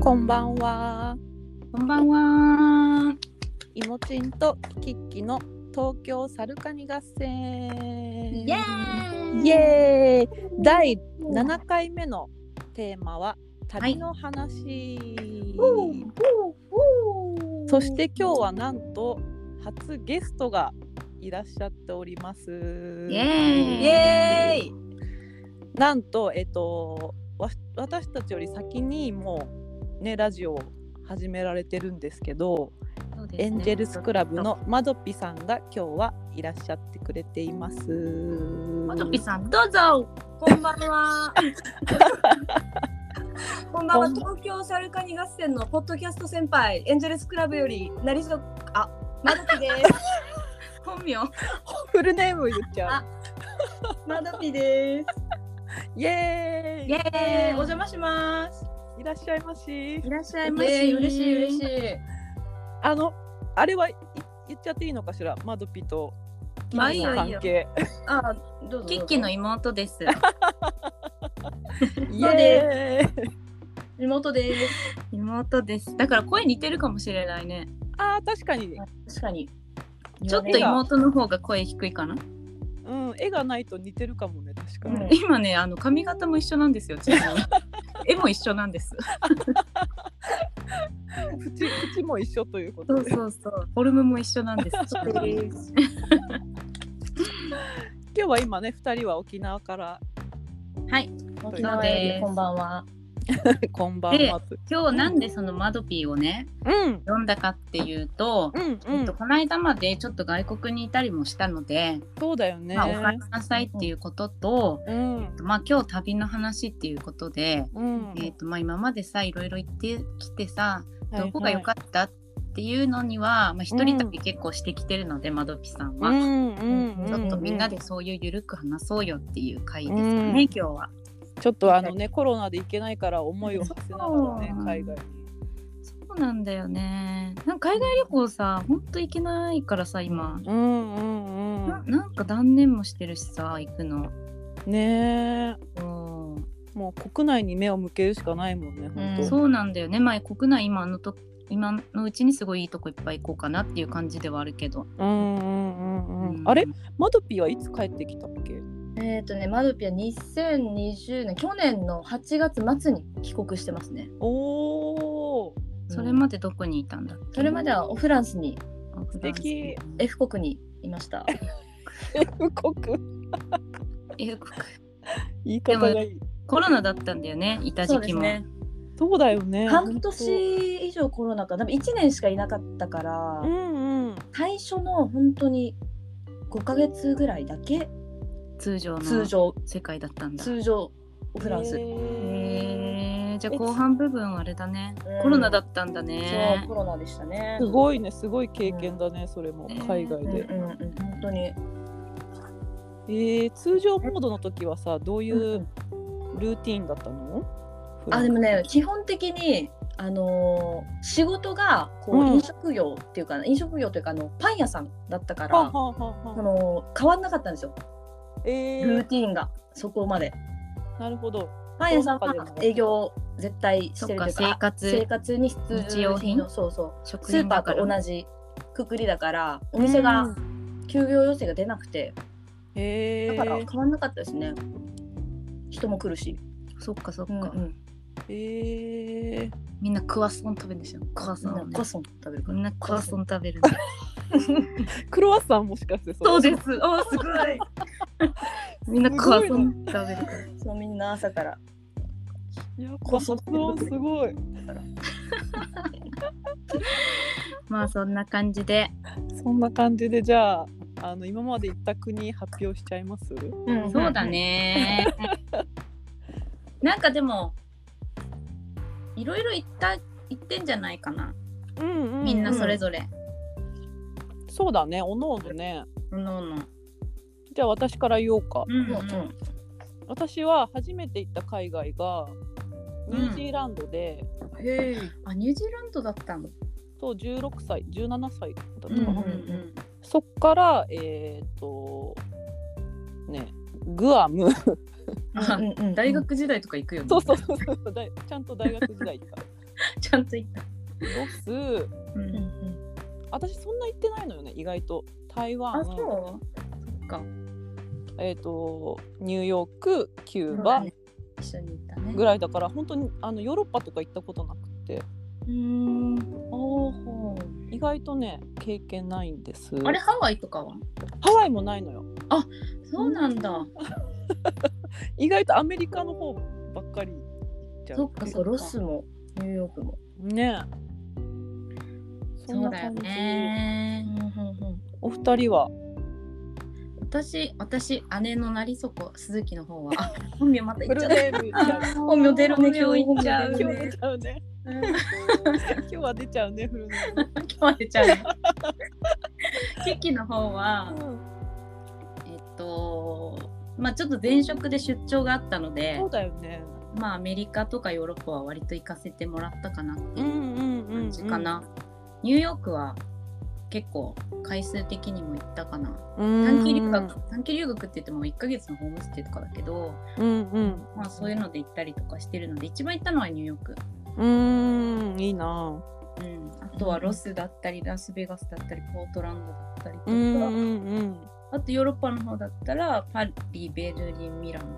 こんばんは。こんばんは。いもちんとキッキの東京サルカニ合戦。イエーイイエーイ第7回目のテーマは旅の話。そして今日はなんと初ゲストがいらっしゃっております。イエーイイエーイなんとえっとわ私たちより先にもうねラジオを始められてるんですけど、そうですねエンジェルスクラブのマドピさんが今日はいらっしゃってくれています。マトピさんどうぞ。こんばん は。こんばんは。東京サルカニ合戦のポッドキャスト先輩、エンジェルスクラブより、なりそ、あ、まどぴです。本名。フルネーム言っちゃうあ。まどぴです。イエーイイエーイ。おお邪邪魔します。いらっしゃいましい。らっしゃえいーませ。嬉しい嬉しい。あのあれはい言っちゃっていいのかしらマドピとキあいッいキよの関係。あ、どうぞ。キッキの妹です。イエーイ妹です。妹です。だから声似てるかもしれないね。あー確かに、確かに。ちょっと妹の方が声低いかな。うん、絵がないと似てるかもね確かに。うん今ねあの髪型も一緒なんですよ。 ちなみに絵も一緒なんです。口口も一緒というこそとうでそうそう。フォルムも一緒なん です。です。今日は今ね2人は沖縄 からはい。沖縄です。こんばんは。こんばんはと今日なんでそのマドピーをねうん読んだかっていうと。うんうえっんと、この間までちょっと外国にいたりもしたので、そうだよね、まあ、お話しなさいっていうことと、うんまあ、今日旅の話っていうことで、うんえっとまあ、今までさいろいろ行ってきてさはいはいどこが良かったっていうのには、まあ、一人旅結構してきてるので、まどぴさんは、うんうんちょっとみんなででそういうゆるく話そうよっていう回ですかね、うん今日は。ちょっとあのねコロナで行けないから思いを馳せながらねそう海外そうなんだよねなんか海外旅行さほんと行けないからさ今、にうんうんうなんなんか断念もしてるしさ行くの。ねえうんもう国内に目を向けるしかないもんね本当、うんそうなんだよね。まあ国内今のと今のうちにすごいいいとこいっぱい行こうかなっていう感じではあるけど。うんうんうんうんうんあれマドピーはいつ帰ってきたっけえっとね、マドピは2020年、去年の8月末に帰国してますね。おおそれまでどこにいたんだっけそれまではフランスに素敵 F 国にいました。 F 国言い方がいいコロナだったんだよね、いた時期も。。そうだよね半年以上コロナか、多分1年しかいなかったから、うんうん最初の本当に5ヶ月ぐらいだけ通常通の常、世界だったんだ。通常フランス。へーへーじゃあえ後半部分はあれだね、うんコロナだったんだそうねコ。ロナでしたねす。ごいねすごい経験だねそれもうん海外うんうんでうん、本当に。えー通常モードの時はさどういうんううルーティーンだったのあでもね基本的にあのー仕事がこううん飲食業っていうかな、飲食業というかあのパン屋さんだったから、はあはあはあそはあの変わんなかったんですよえルーーティーンがそこまで。なるほどパン屋さんはそうかでも営業絶対しそってるとか、いう生か活、活に必日需用品のそうそう食スー品パだーかとら。同じくくりだからお店が休業要請が出なくてへだえから変わんなかったですね人も来るし、そっかそっうか、んうん、へえみんなクワソン食べるでしょ。クワみソんンなをね、コソン食べるかみらんなクワソン食べるね。クロワッサンもしかして そうすです。あーすごい。 みんなクワソン食べるから。そうみんな朝からいやここそそすごいまあそんな感じで。そんな感じでじゃああの今まで行った国発表しちゃいますそうだね。 なんかでもいろいろ行った行ってんじゃないかな。うんみんなそれぞれ。そうだねおのおのねおのおの。じゃあ私から言おうかうんうんうん私は初めて行った海外がうんニュージーランドで、へえ。あニュージーランドだったの。そう16歳17歳だったかうんな、うんそっからえっ、とねグアム あうんうんうん大学時代とか行くよね。そうそうそうそうだいちゃんと大学時代行ったちゃんと言った。ロスううんんうん私そんな行ってないのよね意外と台あ、湾そうそっか。えー、とニューヨークキューそうだバね一緒に行ったね。ぐらいだから本当にあのヨーロッパとか行ったことなくてうーん。おほ意外とね経験ないんですうあれ、ハワイとかはハワイもないのよそうなんだ。意外とアメリカの方ばっかり行っちゃうそっかそっか。ロスもニューヨークも。ねえそんそなうだよ感じね。お二人は私、私、姉のなりそこ、鈴木の方は。あ本名また言フっちルゃった。ネーム本名出るね、今日言っちゃう今ね。日出ちゃう今ね今日は出ちゃうねフルネ日は出ちゃうね。キキの方は、ーム、えっと、まあちょっと前職で出張があったのでそう、だよねまあアメリカとかヨーロッパは割と行かせてもらったかなってうういうんんうん、うん、感じかな。ニューヨークは結構回数的にも行ったかな。短短期留学短期留学って言っても1ヶ月のホームステイとかだけど、うんうんまあ、そういうので行ったりとかしてるので一番行ったのはニューヨーク、うーんいいなうん、あとはロスだったりラスベガスだったりポートランドだったりとか、うんあとヨーロッパの方だったらパリベルリンミラノ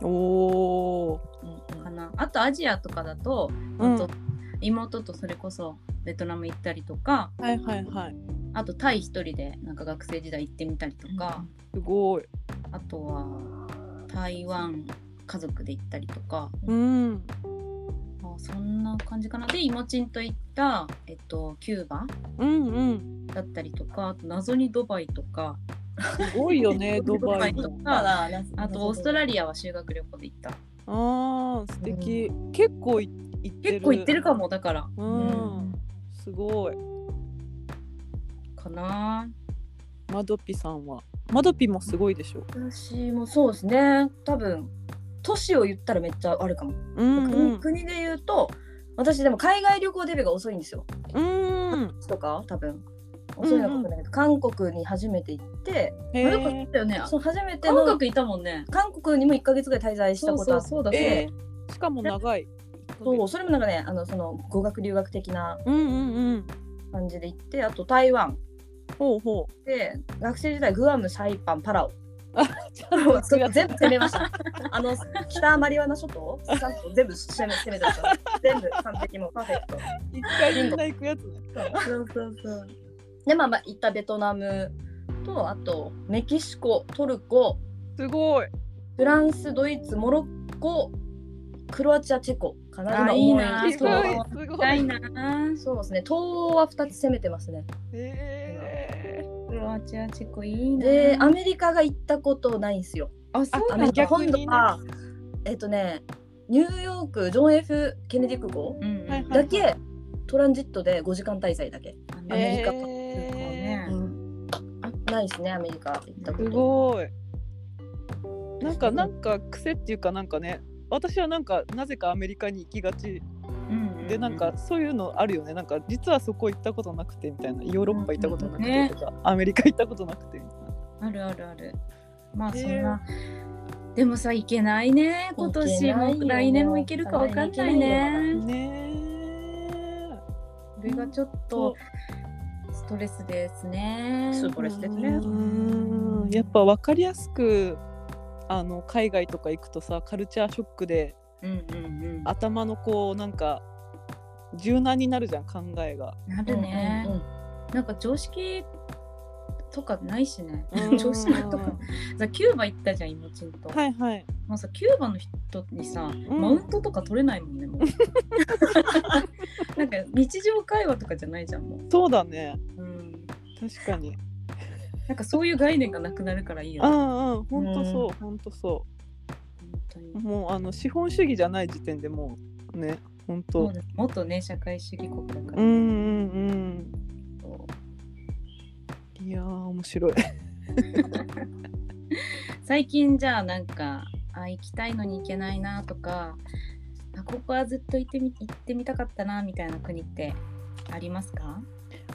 うんおおかなあとアジアとかだと,、うんと妹とそれこそベトナム行ったりとかはいはいはいあとタイ一人でなんか学生時代行ってみたりとか、すごいあとは台湾家族で行ったりとか。うんまあそんな感じかな。で、イモチンと行った、えっと、キューバうんうんだったりとか、あと謎にドバイとか、すごいよ ねドバイドバのイとまか、ああとオーストラリリアは修学旅行で行った。あー素敵、結構い行ってる結構行ってるかも、だから、うアん、すごいかな。マドピさんはマドピもすごいでしょ私もそうですね。多分都市を言ったらめっちゃあるかも。うんうん国国で言うと私でも海外旅行デビューが遅いんですよ。うんとか多分遅いのかもしれないけど、韓国に初めて行って、へよく行ーったよね。その初めて韓の国いたもんね。韓国にも1か月ぐらい滞在したそうことそあうってそうだそうだえーしかも長いそうそれもなんかねあのその語学留学的なうんうんうん感じで行ってあと台湾ほうほうで学生時代グアムサイパンパラオちもうょっと違う全部攻めましたあの北マリワナ諸島ちゃんと全部攻め攻めてました全部完璧もうパーフェクト一回みんな行くやつねそうそうそうでまあまあ行ったベトナムとあとメキシコトルコすごいフランスドイツモロッコクロアチアチェコかなあ今いい思な出すしごたいそうす行きごたいいな。そうですね東欧は2つ攻めてますねえークロアチア、チェコいいな。でアメリカが行ったことないんですよあ、そうアなメんリだ。カ逆にね本土はえっとねニューヨークジョン・ F ・ケネディ空港うんうんはいはいだけトランジットで5時間滞在だけ、アアメメリカえリカ。ないですねアメリカ行ったこーすとごいなんかなんか癖っていうかなんかね私はなんかなぜかアメリカに行きがちうんでなんかそういうのあるよねなんか実はそこ行ったことなくてみたいなヨーロッパ行ったことなくてとか、アメリカ行ったことなくてみたいなあるあるある。まあねそんな。でもさ、行けないね。今年行けないもよ来年も行けるかわかんないね。ねそれがちょっとストレスですね。スこトれレしスてですねねうんやっぱ分かりやすくあの海外とか行くとさカルチャーショックでうんうんう頭のこうなんか柔軟になるじゃん考えが。ん。なるね。なんか常識とかないしね。常識とか。さ、キューバ行ったじゃん、イモチンと。はいはい。もうさ、キューバの人にさ、うんマウントとか取れないもんね、もう。なんか日常会話とかじゃないじゃん、もう。そうだねうん。確かに。なんかそういう概念がなくなるからいいようんね。うん本当そう本当そ本当にう。もうあの資本主義じゃない時点でもうね本そ当う。だもっとね社会主義国だかうら、んうんそううん。いやー面白い。最近じゃあなんかあ行きたいのに行けないなとかあここはずっと行ってみ行ってみたかったなみたいな国ってありますか？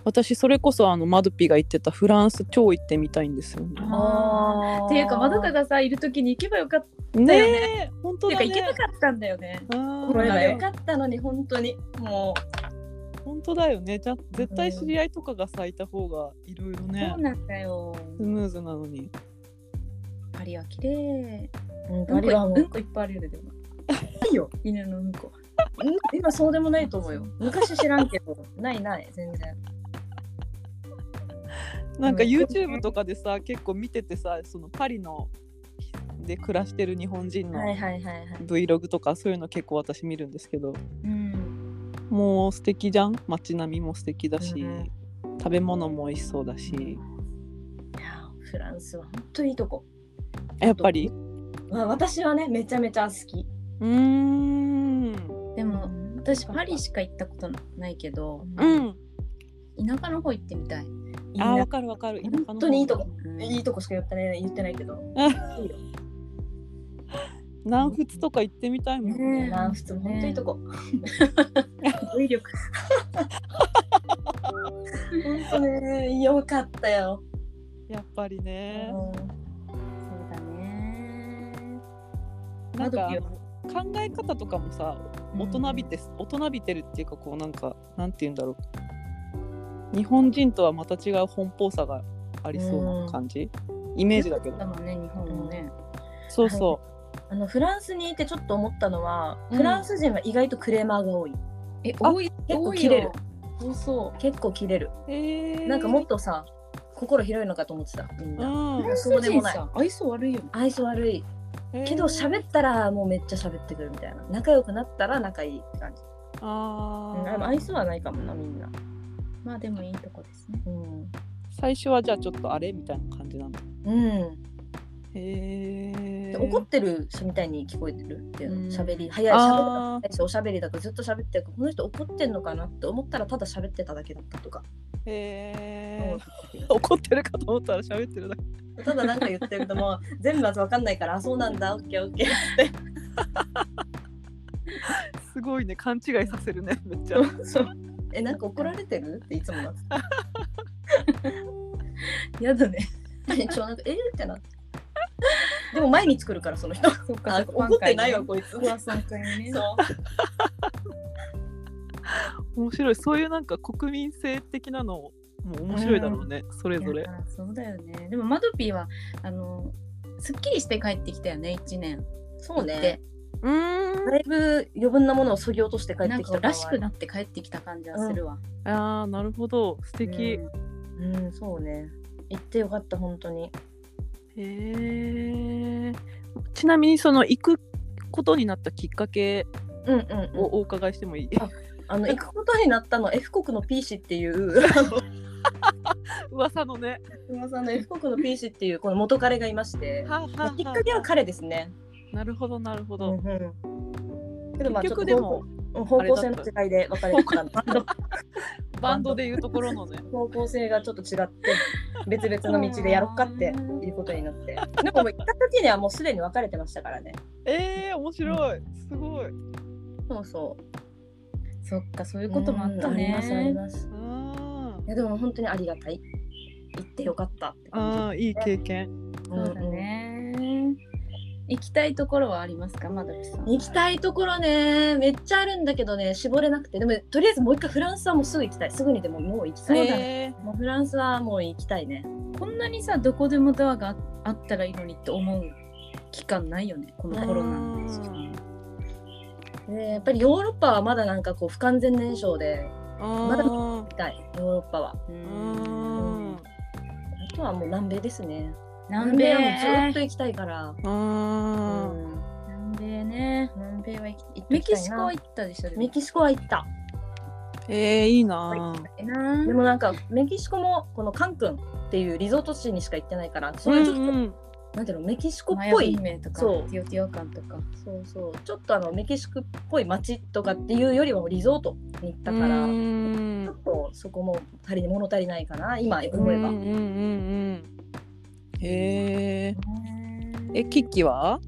私それこそあのマドピが言ってたフランス超行ってみたいんですよね。あーっていうか、まどかがさ、いるときに行けばよかった。ねよねえ本当っていだうか、ね。行けなかったんだよね。あこれがー良かったのに本当にも本当だよね。じゃ絶対知り合いとかが咲いた方がいろいろねそう、なんだよ。スムーズなのに。パリは綺麗。う、うんうんこううんんこいっぱいあるよね、でも。ないよ、犬のうんこ。うん今そうでもないと思うよ昔知らんけど ないない全然なんかうん YouTube とかでさ結構見ててさそのパリので暮らしてる日本人はいのはいはいはい Vlog とかそういうの結構私見るんですけどうん。もう素敵じゃん街並みも素敵だし、うん食べ物も美味しそうだしいやーフランスは本当にいいとこやっぱりまあ私はねめちゃめちゃ好きうーんでも、私、パリしか行ったことないけど、うん田舎の方行ってみたい。いいあーなわかるわかる田舎の方本当にいいとこうんいいとこしか言ってない言ってないけど南仏とか行ってみたいもんねねえまあ普通本当にいいとこ語彙力本当ねよかったよ、やっぱりねそうだね。なんか窓際考え方とかもさ大人びて大人びてるっていうかこうなんかなんて言うんだろう日本人とはまた違う奔放さがありそうな感じイメージだけどだもんね、日本もね。そうそあのフランスにいてちょっと思ったのは、うんフランス人は意外とクレーマーが多いえ、あ多い、結構多い切れるよ。そうそう結構切れるうえーなんかもっとさ心広いのかと思ってたみんうな、んう。そうでもないフランス人さ愛想悪いよね。愛想悪いけど喋ったらもうめっちゃ喋ってくるみたいな仲良くなったら仲いいって感じ、あうん、ーあの愛想はないかもなみんな、まあでもいいとこですね。うん最初はじゃあちょっとあれみたいな感じなんだうん、へえで怒ってる人みたいに聞こえてるっていううんの喋り早い喋りがあ最初おしゃべりだからずっと喋ってるこの人怒ってんのかなって思ったらただ喋ってただけだったとか、ーへうー怒ってるかと思ったら喋ってるだけんただなんか言ってるともう全部まず分かんないからあそうなんだオッケーオッケーってすごいね勘違いさせるねめっちゃえなんか怒られてるっていつもなってやだね。えちょなんかえーって なってでも毎日来るからその人そっかあ 怒ってないわ。こいつ不破さん会ね。そう面白いそういうなんか国民性的なのも面白いだろうね、それぞいれやそうだよね。でもマドピーはあのすっきりして帰ってきたよね、一年。そうねで、うんだいぶ余分なものをそぎ落として帰っなんてきかたらしくななって帰ってきた感じはするわ。あーなるほど素敵、うんうんそうね行ってよかった本当にへえちなみにその行くことになったきっかけうんうんうんをお伺いしてもいい、ああの行くことになったの F 国の P 氏っていうあの噂のね噂の F 国の P 氏っていうこの元彼がいまして、はあはあまああきっかけは彼ですね。なるほどなるほうんど、けどまあ結局でもちょっと方向うん方向性の違いで別れてたんだバンドでいうところ のね方向性がちょっと違って別々の道でやろっかっていうことになってなんかもう行った時にはもうすでに別れてましたからねえー、面白いすごいそうそうそっか、そういうこともあったうんありますありね。ますあいやでも本当にありがたい行ってよかったって感あーいい経験じそうだね。行きたいところはありますか、マドピーさん。行きたいところねめっちゃあるんだけどね絞れなくてでもとりあえずもう一回フランスはもうすぐ行きたいすぐにでももう行きたいそうだねもうフランスはもう行きたいねこんなにさどこでもドアがああったらいいのにって思う期間ないよねこのコロナの時期でやっぱりヨーロッパはまだなんかこう不完全燃焼でまだ行きたいヨーロッパはううんんあとはもう南米ですね南米はもうずっずとっと行きたいから、あーうん南米ね南米は行き行ってメきキたいシコな行ったでしょでもメキシコは行ったえー、いいなあえなでもなんかメキシコもこのカンクンっていうリゾート地にしか行ってないからそうんれうんちょっと、なんていうのメキシコっマヤぽ文い明とかそうティオティオカンとかそうそうちょっとあのメキシコっぽい街とかっていうよりはもうリゾートに行ったから、うんちょっとそこも足りない物足りないかな今思えば、うんうんうんうんへえええキッキは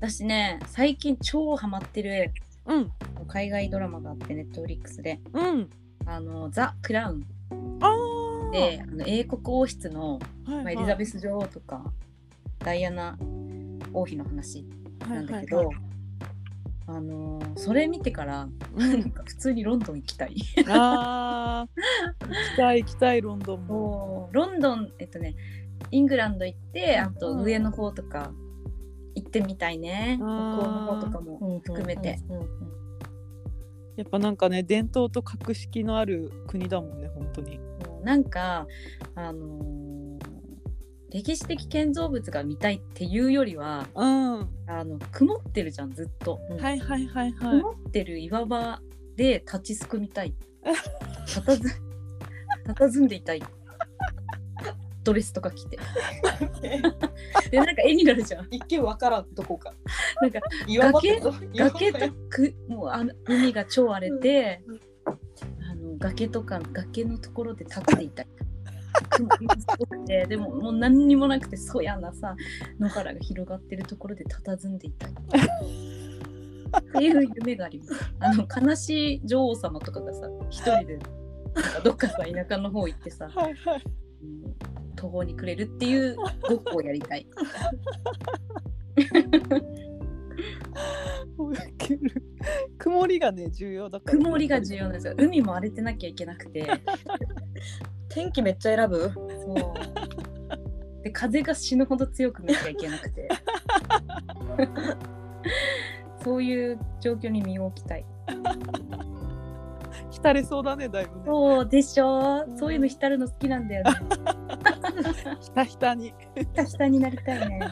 私ね最近超ハマってるうん海外ドラマがあってネットフリックスでうんあのザ・クラウンあーであの英国王室はの、いまはあ、いエリザベス女王とかダイアナ王妃の話はいなはいんだけど、あのーそれ見てからうなんんか普通にロンドン行きたい。あー行きたい行きたいロンドンもロンドンえっとねイングランド行ってあとうん上の方とか行ってみたいね、あ北ー欧の方とかも。含めて。うんうんうんやっぱなんかね伝統と格式のある国だもんね本当にもうなんかあのー歴史的建造物が見たいっていうよりはうんあの曇ってるじゃんずっと、はいはいはいはい曇ってる岩場で立ちすく みたいたたずたたずんでいたいドレスとか着てでなんか絵になるじゃん一見わからんどこか。なんか岩場ってど崖岩と場くもうあの海が超荒れて、あの崖とか崖のところで立っていたり雲がすごくてでももう何にもなくてそやなさ野原が広がってるところで佇んでいたりっていう夢がありますあの悲しい女王様とかがさ一人でなんかどっかさ田舎の方行ってさはいはいうん途方に暮れるっていうごっこをやりたいウケる曇りがね重要だから曇りが重要なんですよ海も荒れてなきゃいけなくて天気めっちゃ選ぶ。そう。で風が死ぬほど強くなきゃいけなくて。 そういう状況に身を置きたい。浸れそうだねだいぶねそうでしょう。そういうの浸るの好きなんだよね。ひたひたにひたひたになりたいね。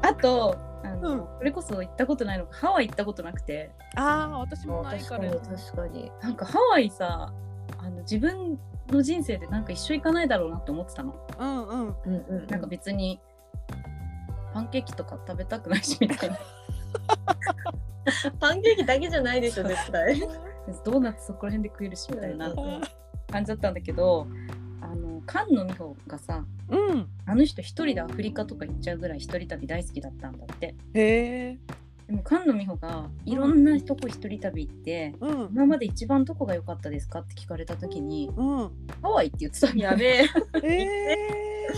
あと、あの、うんそれこそ行ったことないのがハワイ行ったことなくて、ああ私もないから確かに。なんかハワイさ、あの自分の人生でなんか一緒行かないだろうなって思ってたの。うんうんうんうん。なんか別にパンケーキとか食べたくないしみた いな。パンケーキだけじゃないでしょ絶対。ドーナツそこら辺で食えるしみたいな感じだったんだけどあの菅野美穂がさうんあの人一人でアフリカとか行っちゃうぐらい一人旅大好きだったんだってへえでも菅野美穂がいろんなとこ一人旅行って、うん今まで一番どこが良かったですかって聞かれた時に うんハワイって言ってたんや やべえ。ええ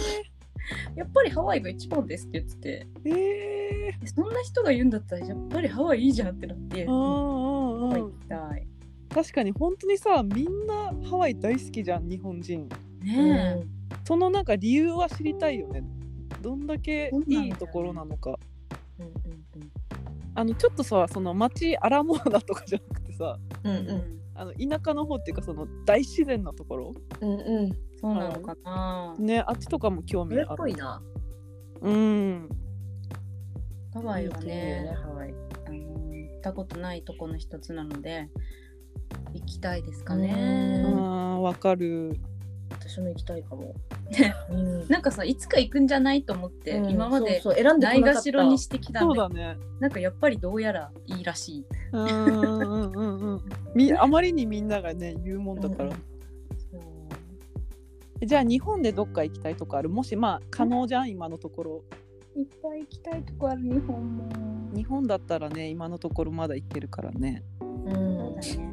やっぱりハワイが一番ですって言っててえええそんな人が言うんだったらやっぱりハワイいいじゃんってなって、うハんうんワイう行んきたい確かに本当にさみんなハワイ大好きじゃん日本人ねえ、そのなんか理由は知りたいよねどんだけそうなんだよいねいところなのかうんあのちょっとさその町アラモアナとかじゃなくてさうんあの田舎の方っていうかその大自然なところうんうん。そうなのかな、ねあっちとかも興味あるな。うんハワイはねハワイ。あの行ったことないとこの一つなので行きたいですかあねう。んーわかる私も行きたいかも。ねうんなんかさいつか行くんじゃないと思って、うん今までそうそう選んでないこながかっしたろにしてきたんそうでだねなんかやっぱりどうやらいいらしい。うんうんうんうんみあまりにみんながね言うもんだから、うんうじゃあ日本でどっか行きたいとかあるもしまあ可能じゃん今のところいっぱい行きたいとこある日本も。日本だったらね今のところまだ行ってるからねうんそうだね。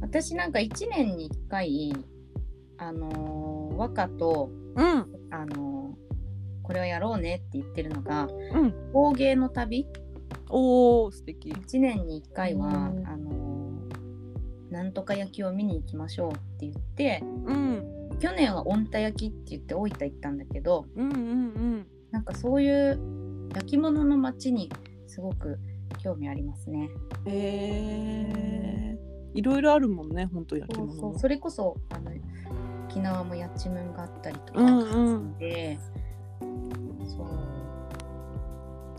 私なんか1年に1回あのー和歌とうんあのーこれをやろうねって言ってるのがうん工芸の旅。おお素敵1年に1回は、うんあのなんとか焼きを見に行きましょうって言ってうん去年は温田焼きって言って大分行ったんだけどうんうんなんかそういう焼き物の街にすごく興味ありますね。うんえー、いろいろあるもんね本当焼きそ物うもそうそれこそあの沖縄もやっちむんがあったりとかうんうんするので、そう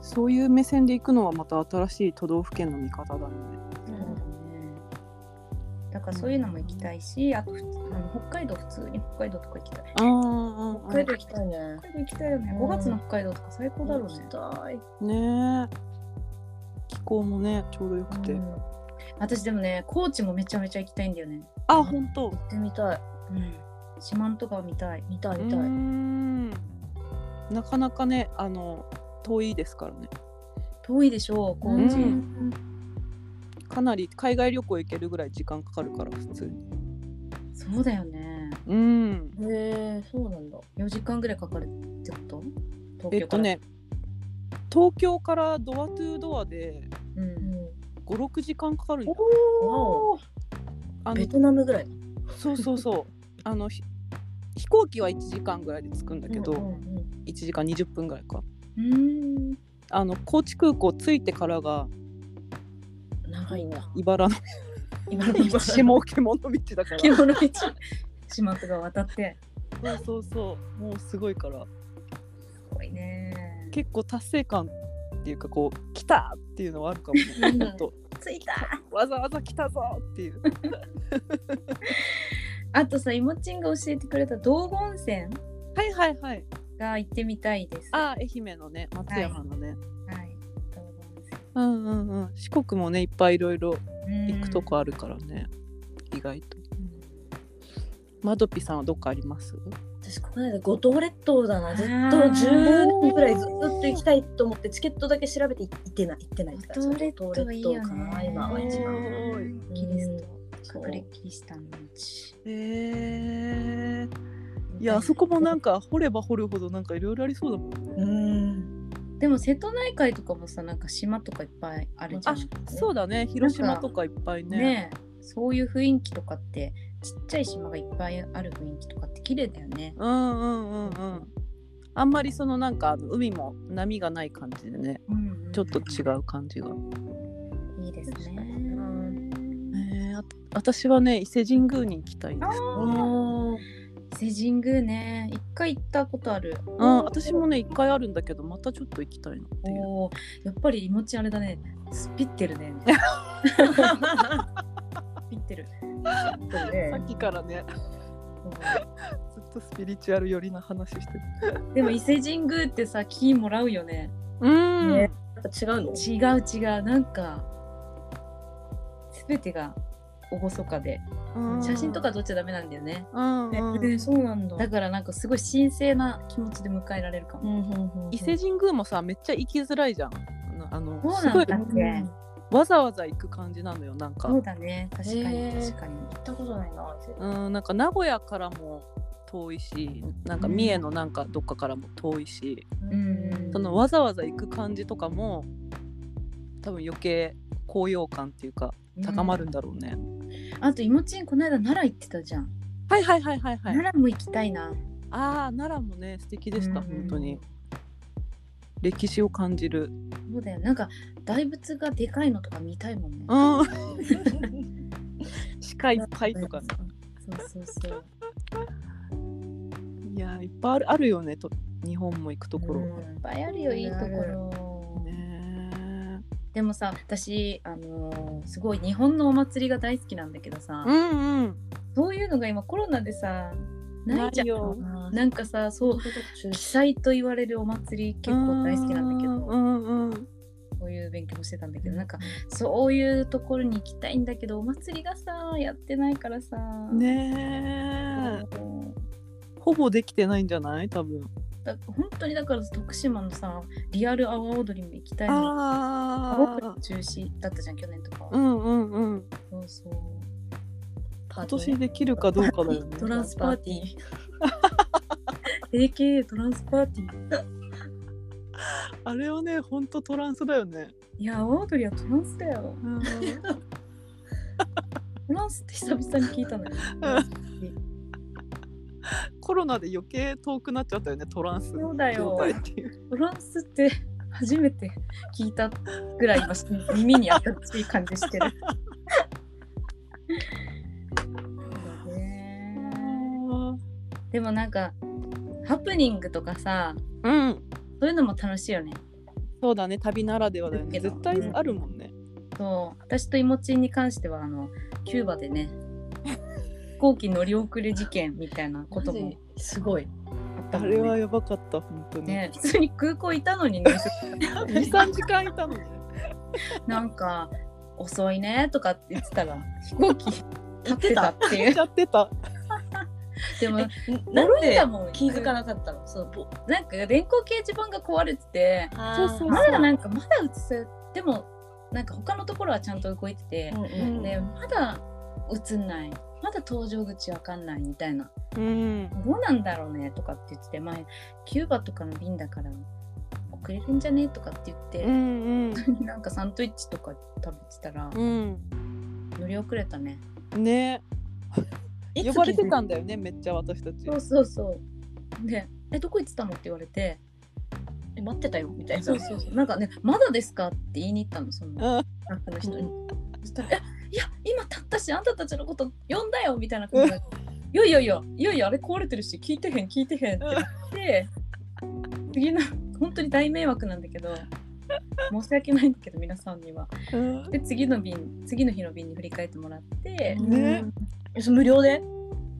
そういう目線で行くのはまた新しい都道府県の見方だよねそうだね。だからそういうのも行きたいし、あとふつあの北海道普通に北海道とか行きたい。あーあ北海道行きたいね。北海道行きたいよね。う5ん月の北海道とか最高だろうね。い。ねえ気候もねちょうどよくて、うん私でもね、高知もめちゃめちゃ行きたいんだよね。あ本当行ってみたい。うん。四万十川見たい。見たい見うたい。ーんなかなかねあの遠いですからね遠いでしょう、高うん知。かなり海外旅行行けるぐらい時間かかるから普通にそうだよね。うんへえ、そうなんだ。 4時間ぐらいかかるってこと東京からえっとね東京からドアトゥードアでううんん、 56時間かかるんだおお、あのベトナムぐらい。そうそうそうあのひ飛行機は1時間ぐらいで着くんだけど、うんうんうん1時間20分ぐらいかうんあの高知空港着いてから が長いんだ。茨の今の 道下獣道だから着物道島とか渡ってそうそうそうもうすごいからすごいね結構達成感っていうかこう来たっていうのはあるかもうんほんと着いたわざわざ来たぞっていうあとさいもちんが教えてくれた道後温泉はいはいはいが行ってみたいですああ愛媛のね松山のね、はい道後温泉うんうんうん四国もねいっぱいいろいろ行くとこあるからね、意外とマドピさんはどっかあります私この間五島列島だなずっとあー10年ぐらいずっと行きたいと思ってチケットだけ調べて行ってない行ってないか五ら島列島いいよね五島列島かな今は一番おーいキリストそう隠れキリシタンの地へえいやあそこもなんか掘れば掘るほどなんかいろいろありそうだもんうんでも瀬戸内海とかもさなんか島とかいっぱいあるじゃんあそうだね広島とかいっぱいねねえそういう雰囲気とかってちっちゃい島がいっぱいある雰囲気とかって綺麗だよねうんうんうんうんあんまりそのなんかあの海も波がない感じでねちょっと違う感じが、いいです確ねかにねえーあ私はね伊勢神宮に行きたいですおー伊勢神宮ね一回行ったことあるうん私もね一回あるんだけどまたちょっと行きたいなっていうおーやっぱりいもちあれだねスピってる ねスピってるそうねさっきからねずっとスピリチュアル寄りな話してるでも伊勢神宮ってさ木もらうよねうん、ねなんか違うの違う違うなんか全てが厳かでうん写真とか撮っちゃダメなんだよねうんうんえそうなんだだからなんかすごい神聖な気持ちで迎えられるかうも。んうんうんうん伊勢神宮もさめっちゃ行きづらいじゃんあのあのそうすなごんいだっけ。うん行わざわざ行く感じなのよなんかそうだね。確かにへー確かに。ったことないなうんなんか名古屋からも遠いしなんか三重のなんかどっかからも遠いし、うんそのわざわざ行く感じとかも多分余計高揚感っていうか高まるんだろうね、あといもちんこの間奈良行ってたじゃん。はいはいはいはいはい奈良も行きたいな。ああ奈良もね素敵でした、うん本当に歴史を感じるそうだよ。なんか大仏がでかいのとか見たいもんね。うん鹿いっぱいとかねそうそうそう。いやーいっぱいあるあるよねと日本も行くところ、うんねいっぱいあるよいいところ。でもさ私あのーすごい日本のお祭りが大好きなんだけどさ、ーうんうんそういうのが今コロナでさないじゃないよん。なんかさそう記載と言われるお祭り結構大好きなんだけど、うんうんうんそういう勉強もしてたんだけどなんかそういうところに行きたいんだけどお祭りがさやってないからさ、ねえそうほぼできてないんじゃない多分だ本当にだから徳島のさリアル阿波踊りも行きたいの阿波あ踊り中止だったじゃん去年とかは、うんうんうんそうそう今年できるかどうかだよねトランスパーティー AKA トランスパーティーあれはねほんとトランスだよねいや阿波踊りはトランスだようんトランスって久々に聞いた のよコロナで余計遠くなっちゃったよねトランスそうだよ状態っていうトランスって初めて聞いたぐらい今耳に当たっていい感じしてる。でもなんかハプニングとかさうんそういうのも楽しいよね。そうだね旅ならではだよねだけど絶対あるもんねそう私といもちんに関してはあのキューバでね飛行機乗り遅れ事件みたいなこともすごいあったあもんれはね。やばかった本当にね、普通に空港いたのにね23時間いた のになんか「遅いね」とかって言ってたら飛行機立ってたってい寝うち。ゃってたでもなん驚いでたもん気づかなかったのそのぼなんか電光掲示板が壊れててーそうそうまだなんかまだ映せでもなんか他のところはちゃんと動いててう、んうんでまだ映んないまだ搭乗口わかんないみたいなうんどうなんだろうねとかって言ってて前キューバとかの便だから遅れるんじゃねとかって言ってう、んなんかサンドイッチとか食べてたら、うん乗り遅れたねうんねいつ呼ばれてたんだよねめっちゃ私たちそうそうそうで「えどこ行ってたの?」って言われて「え待ってたよ」みたいなそうそうそうなんかね「まだですか?」って言いに行ったのそのうんスタッフの人に。そしたらえ「いや今たったしあんたたちのこと呼んだよ」みたいな感じで「いやいやいやいやいやあれ壊れてるし聞いてへん聞いてへん」って言って次の本当に大迷惑なんだけど申し訳ないんだけど皆さんには。うんで次の便次の日の便に振り返ってもらってねえそれ無料で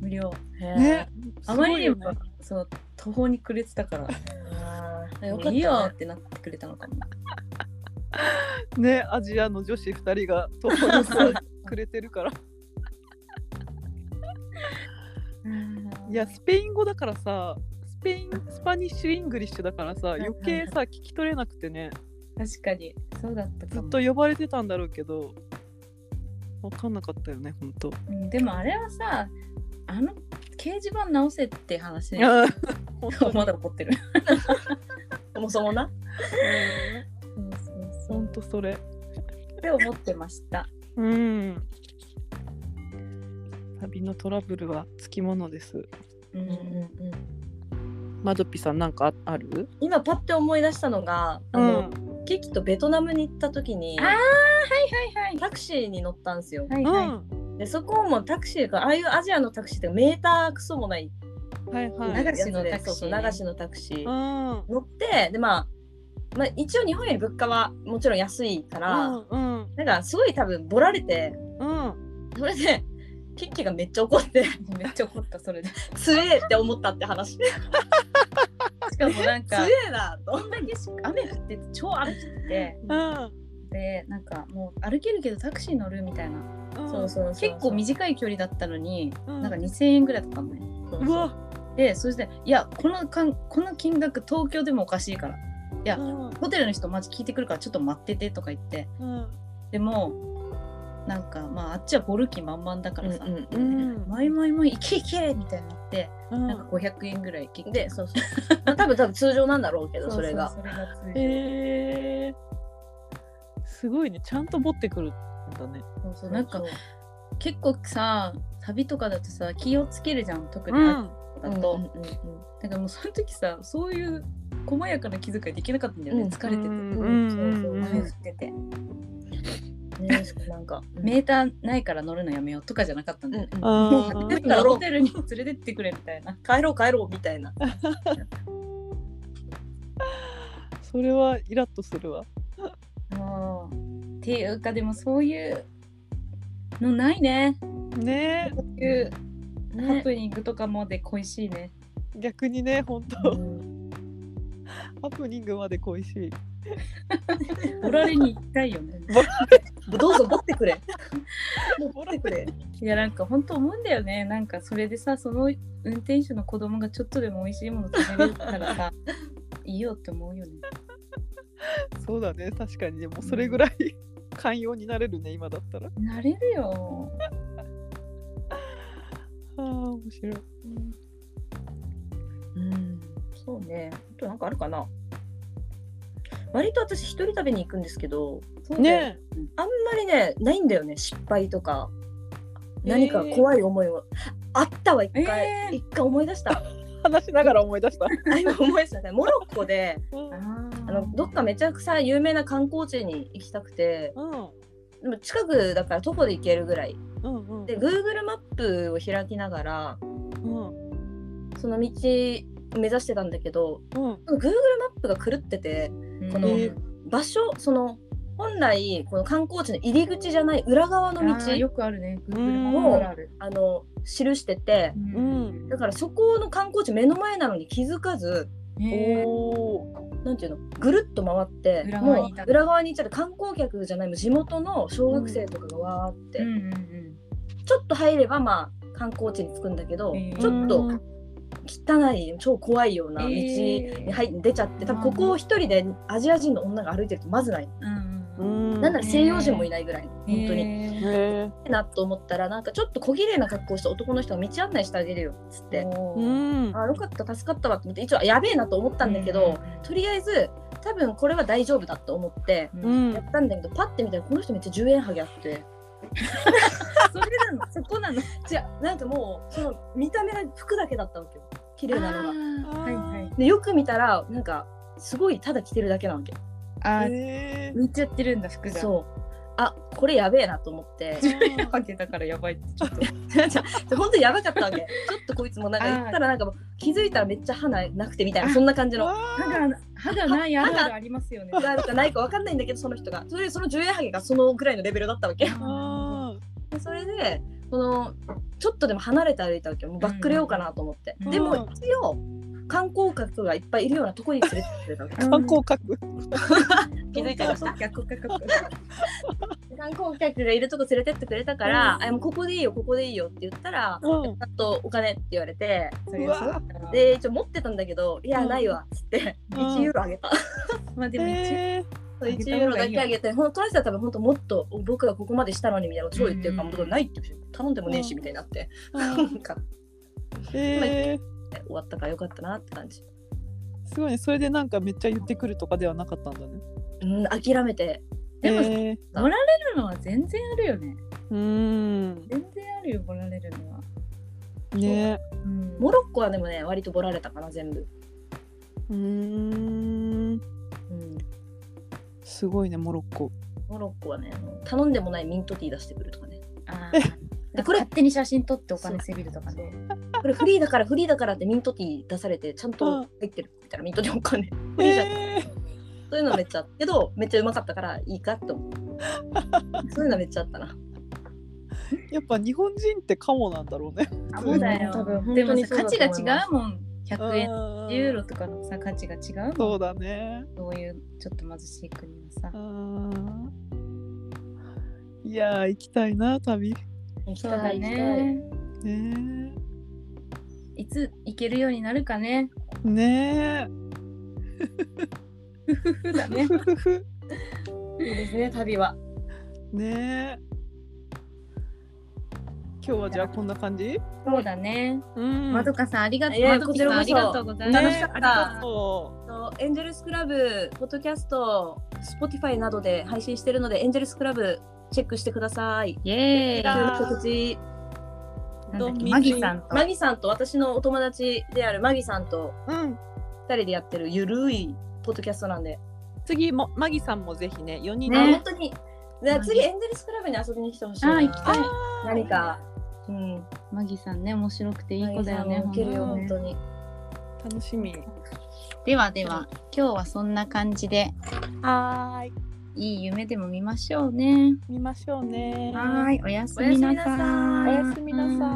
無料。ねあまりにすも、ごいよねそう途方に暮れてたから「よよかっいたねいよ」ってなってくれたのかも。ねアジアの女子2人が投稿 してくれてるからいやスペイン語だからさスペインスパニッシュイングリッシュだからさいはい余計さ聞き取れなくてね確かにそうだったずかっもと、呼ばれてたんだろうけど分かんなかったよねほんとうんでもあれはさあの掲示板直せって話ね 本当 にまだ怒ってるそもそもそなうそうほんとそれって思ってましたうん旅のトラブルはつきものですううんんうんうんマドピさんなんかあある今パッて思い出したのが、あのキキとベトナムに行った時にあーはいはいタクシーに乗ったんですよ、はいうんはでそこもタクシーがああいうアジアのタクシーってメータークソもないはいはやいつで流しのタクシーねそうそう流しのタクシーうん乗ってでまあまあ一応日本より物価はもちろん安いから、うんなんかすごい多分ボラれてうんうんそれでキッキがめっちゃ怒っていめっちゃ怒ったそれ でし強えって思ったって話強かもなんかえなとこんだけし雨降ってて超雨降っててうんでなんかもう歩けるけどタクシー乗るみたいなそうそうそう結構短い距離だったのにうんなんか2000円ぐらいだったのねそううそうわでそして「いやこのかんこの金額東京でもおかしいからやうんホテルの人マジ聞いてくるからちょっと待ってて」とか言ってうんでもなんかまああっちはボルキ満々だからさ「うんううんうんんマイマイマイいけいけ!」みたいになってうんなんか500円ぐらい結局でそうそう まあ多分多分通常なんだろうけどうそれがうそれが通常えー、すごいねちゃんと持ってくるんだねそうそうなんか結構さ旅とかだとさ気をつけるじゃん特 にうんだと、うんうんうんうんだからもうその時さそういう細やかな気遣いできなかったんだよね、うん疲れてて、うんうんうんうん雨降ってて、ねしかもなんか、メーターないから乗るのやめようとかじゃなかったんだよね、あだーからホテルに連れてってくれみたいな。帰ろう帰ろうみたいな。それはイラッとするわっていうかでもそういうのないね。ねこういうハねプニングとかもで恋しいね。え逆にね本当、うんハプニングまで恋しいおられに行きたいよね。どうぞ持ってくれ。持ってくれ。いやなんか本当思うんだよね。なんかそれでさその運転手の子供がちょっとでも美味しいもの食べれたら さいいよって思うよね。そうだね確かにでもそれぐらい 寛容になれるね今だったらなれるよ。あー面白いうん、そうね。あとなんかあるかな。割と私一人旅に行くんですけど、そうだよねあんまりねないんだよね失敗とかえー何か怖い思いを。あったわ一回、えー一回思い出した。え話しながら思い出した、あ今思い出したね。モロッコでうんああののどっかめちゃくちゃ有名な観光地に行きたくて、うんでも近くだから徒歩で行けるぐらい。うんうんで Google マップを開きながらうんその道目指してたんだけどうん、 Google マップが狂っててここののえ場所その本来この観光地の入り口じゃない裏側のあー道よくあるね。ん Google もあるある。あの記しててんだからそこの観光地目の前なのに気づかずらへーおーなんていうのぐるっと回って裏側にもいたう裏側に行っちゃって観光客じゃないもう地元の小学生とかがわーって、うんうんちょっと入ればまあ観光地に着くんだけど、えーちょっとうん汚い超怖いような道にえー入って出ちゃって多分ここを一人でアジア人の女が歩いてるとまずない。うんうんうんうんなんなら西洋人もいないぐらい、本当に。に。へいいなと思ったら、なんかちょっと小綺麗な格好した男の人が道案内してあげるよっつっえて、うんあよかった、助かったわと思って、一応、やべえなと思ったんだけど、とりあえず、多分これは大丈夫だと思って、うんうんやったんだけど、パッて見たら、この人めっちゃ10円ハゲあって、それなの、そこなの。じゃなんかもう、その見た目が服だけだったわけよ、綺麗なのが。はいはい。で、よく見たら、なんか、すごいただ着てるだけなわけ。あー、へ浮いちゃってるんだ、服が。そう。あこれやべえなと思 って。ーハゲだからやばいってちょっと。本当にやばかったわけ。ちょっとこいつもなんか言ったらなんかもう気づいたらめっちゃ歯なくてみたいなそんな感じの。あ歯が、歯がないあるあるありますよね。があるかないかわかんないんだけどその人が。それでその10円ハゲがそのぐらいのレベルだったわけ。あでそれでこのちょっとでも離れて歩いたわけよ。もうバックレようかなと思って。うんでうもん一応観光客がいっぱいいるようなとこに連れてってくれたわけ。ー観光客気づいちゃいました。逆かか観光客がいるとこ連れてってくれたから、あもうここでいいよここでいいよって言ったら。うんちゃんとお金って言われてそれはそうだなで一応持ってたんだけど「いやないわ」っつってうん1ユーロあげたまあでも一応へーそう1ユーロだけあげて、ほんとトラジさん多分本当もっと僕がここまでしたのにみたいな超言ってるから、うんもうないって頼んでもねえしうんみたいになって、うん買ってへー終わったからよかったなって感じ。すごいねそれでなんかめっちゃ言ってくるとかではなかったんだねうん、諦めてでもへー乗られるのは全然あるよね。うん全然あるよ、乗られるのは。ねうんモロッコはでもね割とボられたかな全部、うーんうん、すごいねモロッコモロッコはね頼んでもないミントティー出してくるとかねあででここれれ勝手に写真撮ってお金せびるとかね。これフリーだからフリーだからってミントティー出されてちゃんと入ってるみたいなミントティーお金フリーじゃんへーそういうのめっちゃあったけどめっちゃうまかったからいいかって思うそういうのめっちゃあったなやっぱ日本人ってカモなんだろうねあそうだよ多分本で当もにさそうだ価値と思いがます違うもん。100円、うんユーロとかのさ価値が違うもん。そうだねそういうちょっと貧しい国はさう。んいやー行きたいな旅行きそうただい行きたいね。ねいつ行けるようになるかね。えねそうだね。えいいですね旅はねえ今日はじゃあこんな感じそうだね。うんまどかさんありがと。いうやまどきさんありがとうございます。楽しかったありがとうそとエンジェルスクラブ、ポッドキャスト、Spotify などで配信してるので、エンジェルスクラブチェックしてください。イエやーイ。ー告知なんだっけマギさんと。マギさんと私のお友達であるマギさんとううん2人でやってるゆるいポッドキャストなんで、次もマギさんもぜひね4人で、ねあ本当に、ねマギ次エンジェルスクラブに遊びに来てほしいあな。ー行きたい。何か、うん、マギさんね面白くていい子だよね。マギさんも受けるよ、本当本に当に。楽しみではでは今日はそんな感じではーいいい夢でも見ましょうね。見ましょうねはいおやすみなさい。おやすみなさい